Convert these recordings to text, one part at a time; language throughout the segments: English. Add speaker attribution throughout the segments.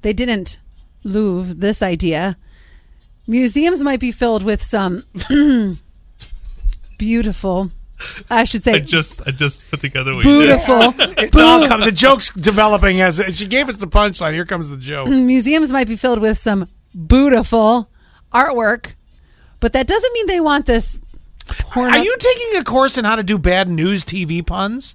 Speaker 1: they didn't Louvre this idea. Museums might be filled with some beautiful, I should
Speaker 2: I
Speaker 1: say,
Speaker 2: just I just put together what you did.
Speaker 1: beautiful.
Speaker 3: It's all come. The joke's developing as she gave us the punchline. Here comes the
Speaker 1: Mm-hmm.
Speaker 3: joke.
Speaker 1: museums might be filled with some beautiful artwork, but that doesn't mean they want this. Porn
Speaker 3: Are you taking a course in how to do bad news TV puns?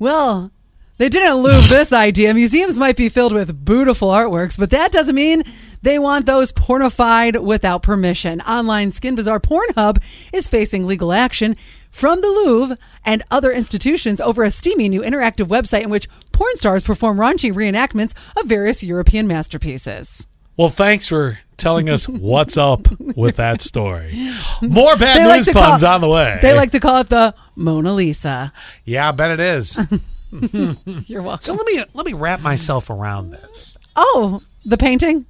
Speaker 1: Well, they didn't lose this idea. Museums might be filled with beautiful artworks, but that doesn't mean they want those pornified without permission. Online Skin Bazaar Pornhub is facing legal action from the Louvre and other institutions over a steamy new interactive website in which porn stars perform raunchy reenactments of various European masterpieces.
Speaker 3: Well, thanks for telling us what's up with that story. More bad news
Speaker 1: call-
Speaker 3: puns on the way.
Speaker 1: They like to call it the Mona Lisa.
Speaker 3: yeah, I bet it is.
Speaker 1: You're welcome.
Speaker 3: So let me let me wrap myself around this.
Speaker 1: oh, the painting?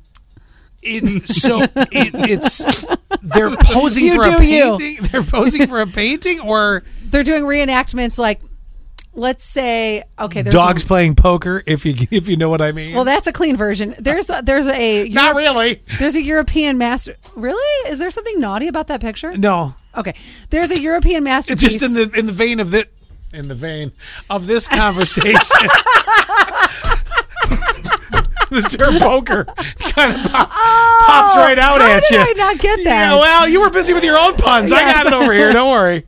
Speaker 3: It's so it, it's they're posing
Speaker 1: You
Speaker 3: for a
Speaker 1: do you.
Speaker 3: painting. They're posing for a painting or
Speaker 1: They're doing reenactments like, let's say, okay, there's
Speaker 3: dogs
Speaker 1: a-
Speaker 3: playing poker. If you if you know what I mean.
Speaker 1: Well, that's a clean version. There's a, there's a
Speaker 3: not
Speaker 1: Euro-
Speaker 3: really.
Speaker 1: there's a European master. Really, is there something naughty about that picture?
Speaker 3: No,
Speaker 1: Okay, there's a European masterpiece.
Speaker 3: just in the in the vein of the in the vein of this conversation. the term poker kind of pop, pops right out
Speaker 1: Oh, How
Speaker 3: at
Speaker 1: did
Speaker 3: you.
Speaker 1: I not get that?
Speaker 3: Yeah, well, you were busy with your own puns. I
Speaker 1: Yes.
Speaker 3: got it over here. Don't worry.